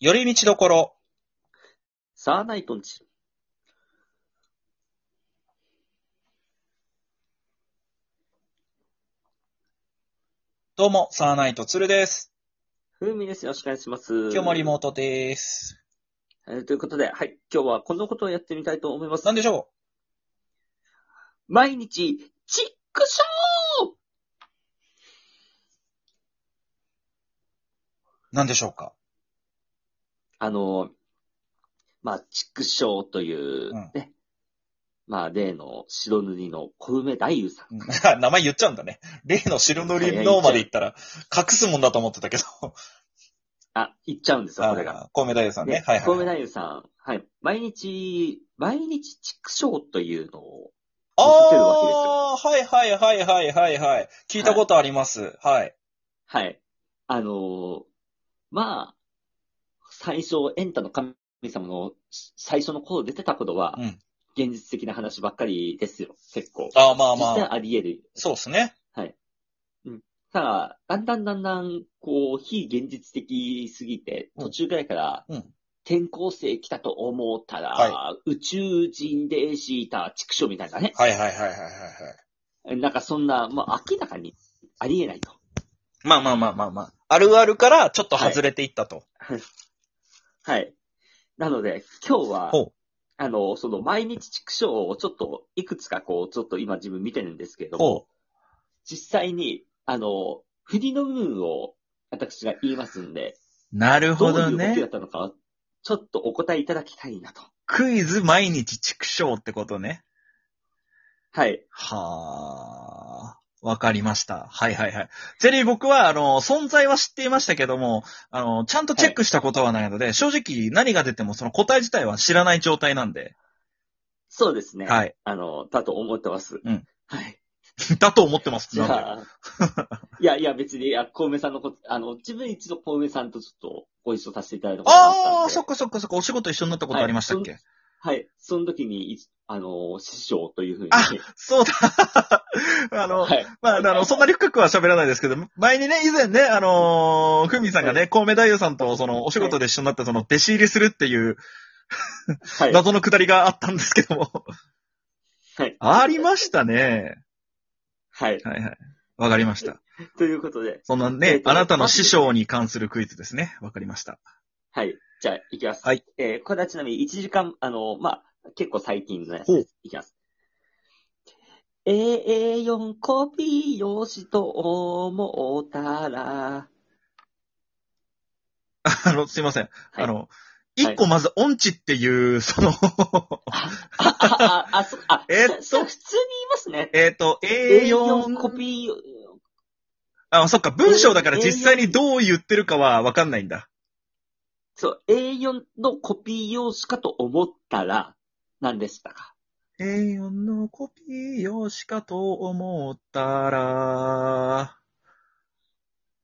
寄り道どころ。サーナイトンチ。どうも、サーナイトツルです。ふうみです。よろしくお願いします。今日もリモートです。えーということで、はい。今日はこんなことをやってみたいと思います。なんでしょ毎日、チックショーうなんでしょうか あの、まあ、チックショーといううん、ね。まあ、例の白塗りの小梅大夫さうん。ん名前言っちゃうんだね。例の白塗りのまで言ったら、隠すもんだと思ってたけど。あ、行っちゃうんですよ、これが。あ、コウメ太夫さんねで。はい小梅はい。大夫さん。はい。毎日、毎日チックショーというのを、出てるわけですよあー、はいはいはいはいはいはい。聞いたことあります。はい。はい。あのーまあ、最初、エンタの神様のし最初の頃出てたことは、うん現実的な話ばっかりですよ、結構。あー、まあ実際まあ。あり得る。そうですね。ただ、だんだんだんだん、こう、非現実的すぎて、うん途中ぐらいから、うん転校生来たと思ったら、は宇宙人で敷いた畜生みたいなね。はいはいはいはいはいはい。なんかそんな、まあ明らかにありえないと。まあまあまあまあまあ。あるあるからちょっと外れていったと。はい。なので、今日はほう、あの、その毎日畜生をちょっと、いくつかこう、ちょっと今自分見てるんですけれども、ほ実際に、あの、振りの部分を私が言いますんで、う。なるどういう動きだったのか、ちょっとお答えいただきたいなと。クイズ毎日畜生ってことね。はい。はあ。わかりました。はいはいはい。ゼリー僕は、あの、存在は知っていましたけども、あの、ちゃんとチェックしたことはないので、正直何が出てもその答え自体は知らない状態なんで。そうですね。はい。 あの、だと思ってます。うんはい。だと思ってます。じなんだよゃあ、いやいや別に、あ、小梅さんのこと、あの、自分一度小梅さんとちょっとご一緒させていただいたことがあったんで。ああ、そっかそっかそっか、お仕事一緒になったことありましたっけ、はい。その時に、いあの、師匠というふうに。あそうだ。 あの、はい。まあ、あの、そんなに深くは喋らないですけど、前にね、以前ね、あのー、ふみさんがね、コウメ太夫さんと、その、お仕事で一緒になって、その、弟子入りするっていう、はい。謎のくだりがあったんですけども。はい。ありましたね。はい。はいはい。わかりました。ということで、そんなえねー、とあなたの師匠に関するクイズですね。わかりました。 はい。じゃあ、いきます。はい。えーこれはちなみに1時間、あの、まあ、結構最近のやつほでうす。いきます。A4 コピー用紙と思ったら、あの、すいません。はいあの、一個まず音痴っていう、その、 あ、あ、あ、あ、そ、あ、えっとそ普通に言いますね。えっと、 A4 コ A4、ピー、あ、そっか、文章だから実際にどう言ってるかはわかんないんだ。そう、A4 のコピー用紙かと思ったら、何でしたか A4 のコピー用紙かと思ったら、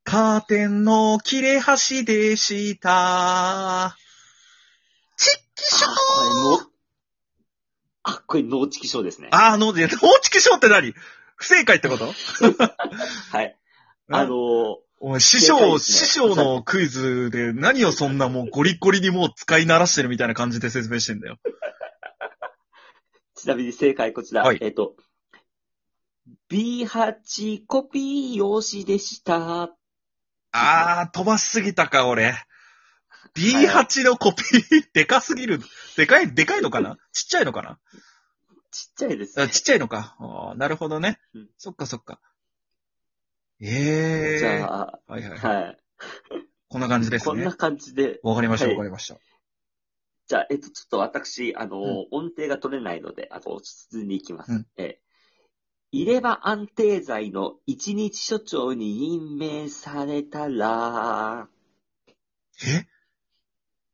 カーテンの切れ端でした。チッキショーあ、これの、あ、これ脳チキショーですね。あー、ので、放置化粧って何不正解ってことはい。あの、ー、お前、師正解匠、ですね師匠のクイズで何をそんなもうゴリゴリにもう使い慣らしてるみたいな感じで説明してんだよ。ちなみに正解こちら。はいえっ、と、B8 コピー用紙でした。あー、飛ばしすぎたか、俺。B8 のコピー、でかすぎる。でかい、でかいのかなちっちゃいのかなちっちゃいですねあ。ちっちゃいのか。あーなるほどねうん。そっかそっか。えじえー。ゃあ、はいはい。はこんな感じい。ですこんねな。感じで、わかりました、はわいかりました。じゃあ、えっ、と、ちょっと私、あうの、ん音程が取れないので、あの、普通に行きます。うんえー入れ歯安定剤の一日所長に任命されたら、え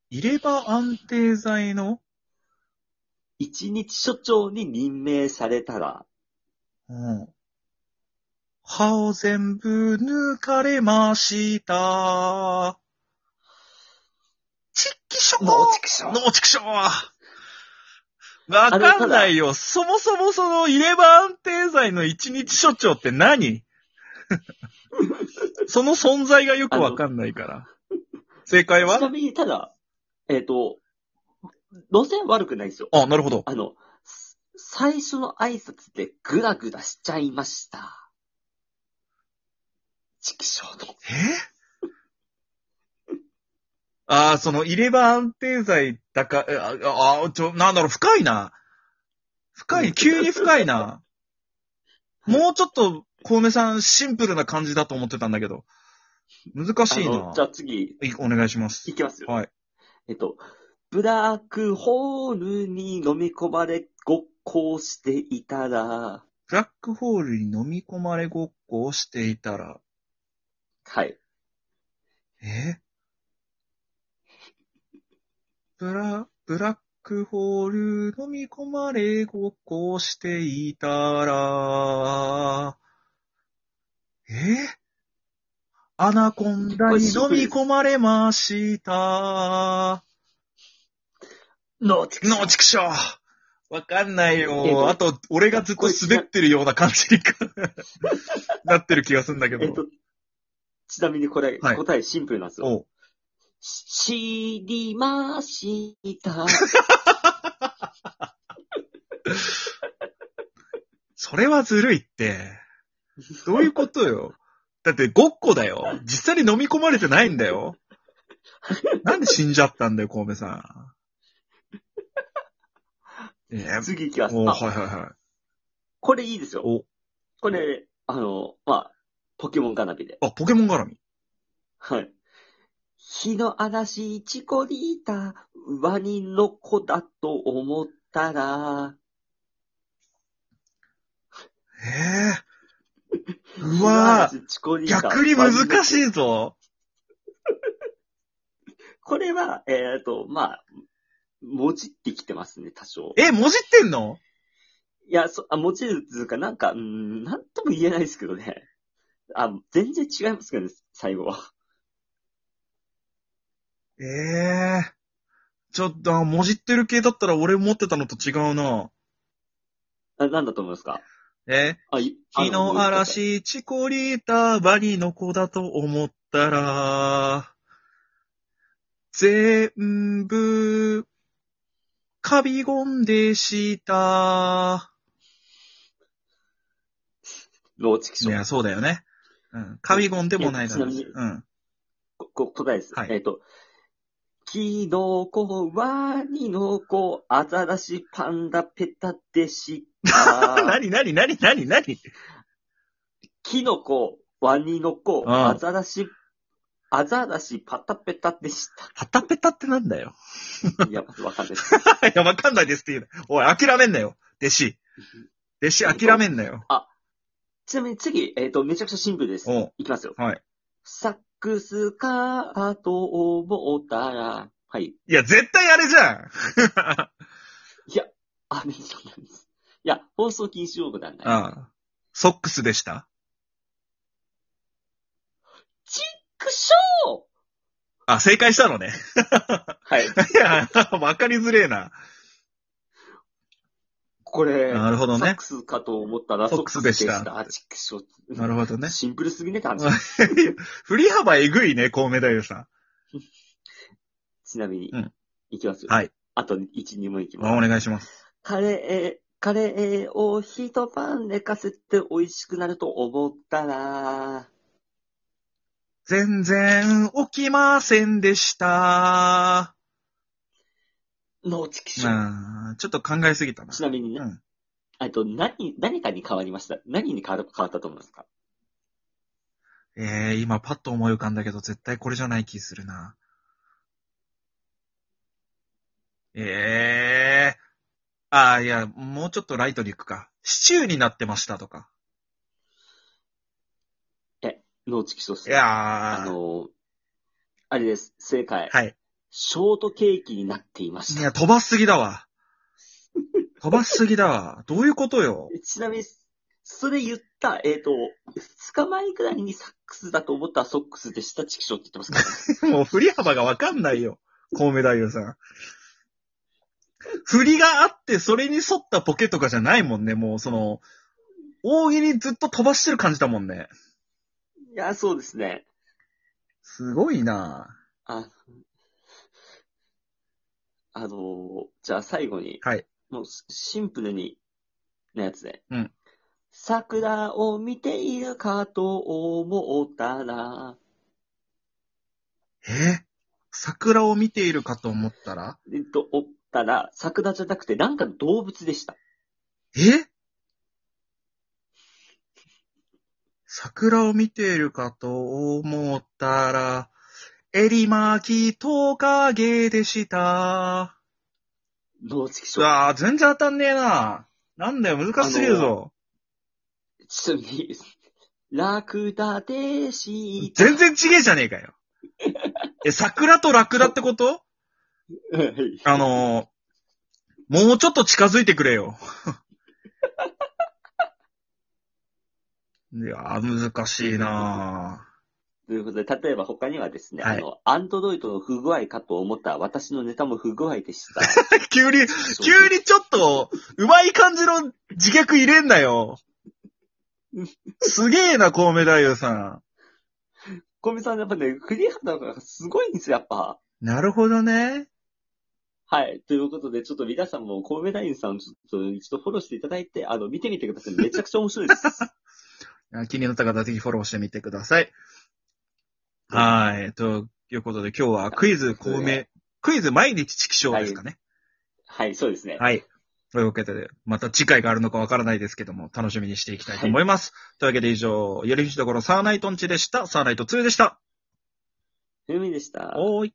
入れ歯安定剤の一日所長に任命されたら、うん。歯を全部抜かれました。チッキショー脳チキショー脳チクショーわかんないよ。そもそもその入れ歯安定剤の一日所長って 何その存在がよくわかんないから。正解ちなはみに、ただ、えっ、と、路線悪くないですよ。あ、なるほど。あの、す最初の挨拶でグダグダしちゃいました。畜生の。え ああ、その、入れ歯安定剤だか、えあああ、ちょ、なんだろう、深いな。深うんい、急に深い な。もうちょっと、コウメさん、シンプルな感じだと思ってたんだけど。難しいあなのじ。ゃあ次、いお願いします。いきますよ。はい。えっと、ブラックホールに飲み込まれごっこをしていたら、ブラックホールに飲み込まれごっこをしていたら、はい。えブラ、ブラックホール飲み込まれごっこしていたら、えアナコンダに飲み込まれました。のちの、ちくしょうわかんないえっよ。とあと、俺がずっと滑ってるような感じに なってる気がするんだけえっど。と、ちなみにこれ、はい答えシンプルなんですよ。おう知りました。それはずるいって。 どういうことよ。だって、ごっこだよ。実際に飲み込まれてないんだよ。なんで死んじゃったんだよ、コウメさん。えー、次行きます。おあはいはいはい。これいいですよ。お、これ、あの、まあ、ポケモンカナビで。あ、ポケモン絡み。はい。日の嵐、チコリータ、ワニの子だと思ったら、ええ日うのわ嵐、チコぁ、リータ逆に難し。ワニのいぞ。子これは、えっ、と、まあ、文字ってきてますね、多少。え、もじってんのいや、そ、あ、文字っていうか、なんか、うーん、なんとも言えないですけどね。あ、全然違いますけどね、最後は。ええちょっと、あもじってる系だったら俺持ってたのと違うな。あなんだと思いますかえあ、いあ日の。嵐、チコリータ、バニの子だと思ったら、全部、カビゴンでした。脳畜い生。や、そうだよね。うん。カビゴンでもないだろういしやちうん。ここ答えです。はいえっ、と、キノコ、ワニの子、アザラシ、パンダ、ペタでし なた。になになになになにキノコ、ワニの子、うんアザラシ、アザラシ、パタペタでしはたぺたってなんだよ。た。いや、まずわかんないで す。いや、わかんないですって言うな。おい、諦めんなよ。弟子。弟子諦めんなよ。ちなみに次、えっ、と、めちゃくちゃシンプルです。おういきますよ。はい。サックスかと思ったら、はい。いや、絶対あれじゃんあ、みんななんです。いや、放送禁止用語ではない。ああ。ソックスでしたくっしょあ、正解したのね。ーはい。いや、 わかりづれえな。これ、なるほどサッね。クスかと思ったら、ソックスでしたソックスでした。チクショーなるほどね。 シンプルすぎねって話。振り幅えぐいね、コウメ太夫さちなみに、うんいきますよ。はい。あと1、2問いきん。あおます。願いします。カレー、カレーを一晩寝かせて美味しくなると思ったら、全然起きませんでした。のチクショーあーちょっと考えすぎたな。ちなみにうね、ん。えっと、何、何かに変わりました何に変わる変わったと思いますかえー、今パッと思い浮かんだけど、絶対これじゃない気するな。ええー。あーいや、もうちょっとライトに行くか。シチューになってましたとか。のチクショーっすいねやー。あのー、あれです。正解。はい。ショートケーキになっていましいた。や、飛ばしすぎだ わ。飛ばしすぎだわ。どういうことよ。ちなみに、それ言った、えっ、と、2日前くらいにサックスだと思ったらソックスでしたチクショーって言っ てますかもう振り幅がわかんないよ。コウメ太夫さん。振りがあって、それに沿ったポケとかじゃないもんね。もう、その、大喜利ずっと飛ばしてる感じだもんね。ら。いや、そうですね。すごいなあ、あのーじゃあ最後に、はい。もうシシンプルに、のやつで。うん。桜を見ているかと思ったら、えー桜を見ているかと思ったらえっと、おったら、桜じゃなくて、なんかの動物でした。え桜を見ているかと思ったら、エリマキトカゲでした。脳畜う生。わー全然当たんねえな。なんだよ、難しすぎるぞ。ちょっと見、ラクダでした。全然ちげえじゃねえか よ。え、桜とラクダってこと はいあのー、もうちょっと近づいてくれよ。 いやー、難しいなということで、例えば他にはですね、はいあの、アンドロイドの不具合かと思ったら私のネタも不具合でした。ー急に、 急にちょっと、うまい感じの自虐入れんなよ。すげえな、コウメ太夫さん。小見さんやっぱね、クリアなのがすごいんですよ、やっぱ。なるほどね。はい。ということで、ちょっと皆さんも、神戸大員さんをちょっと一度フォローしていただいて、あの、見てみてください。めちゃくちゃ面白いです。 あ気になった方、ぜひフォローしてみてください。はい。ということで、今日はクイズ、コウメ、クイズ毎日チキショーですかね。はい、そうですね。はい。というわけで、また次回があるのかわからないですけども、楽しみにしていきたいと思います。というわけで以上、よりふしどころサーナイトンチでした。サーナイト2でした。ふみでした。おーい。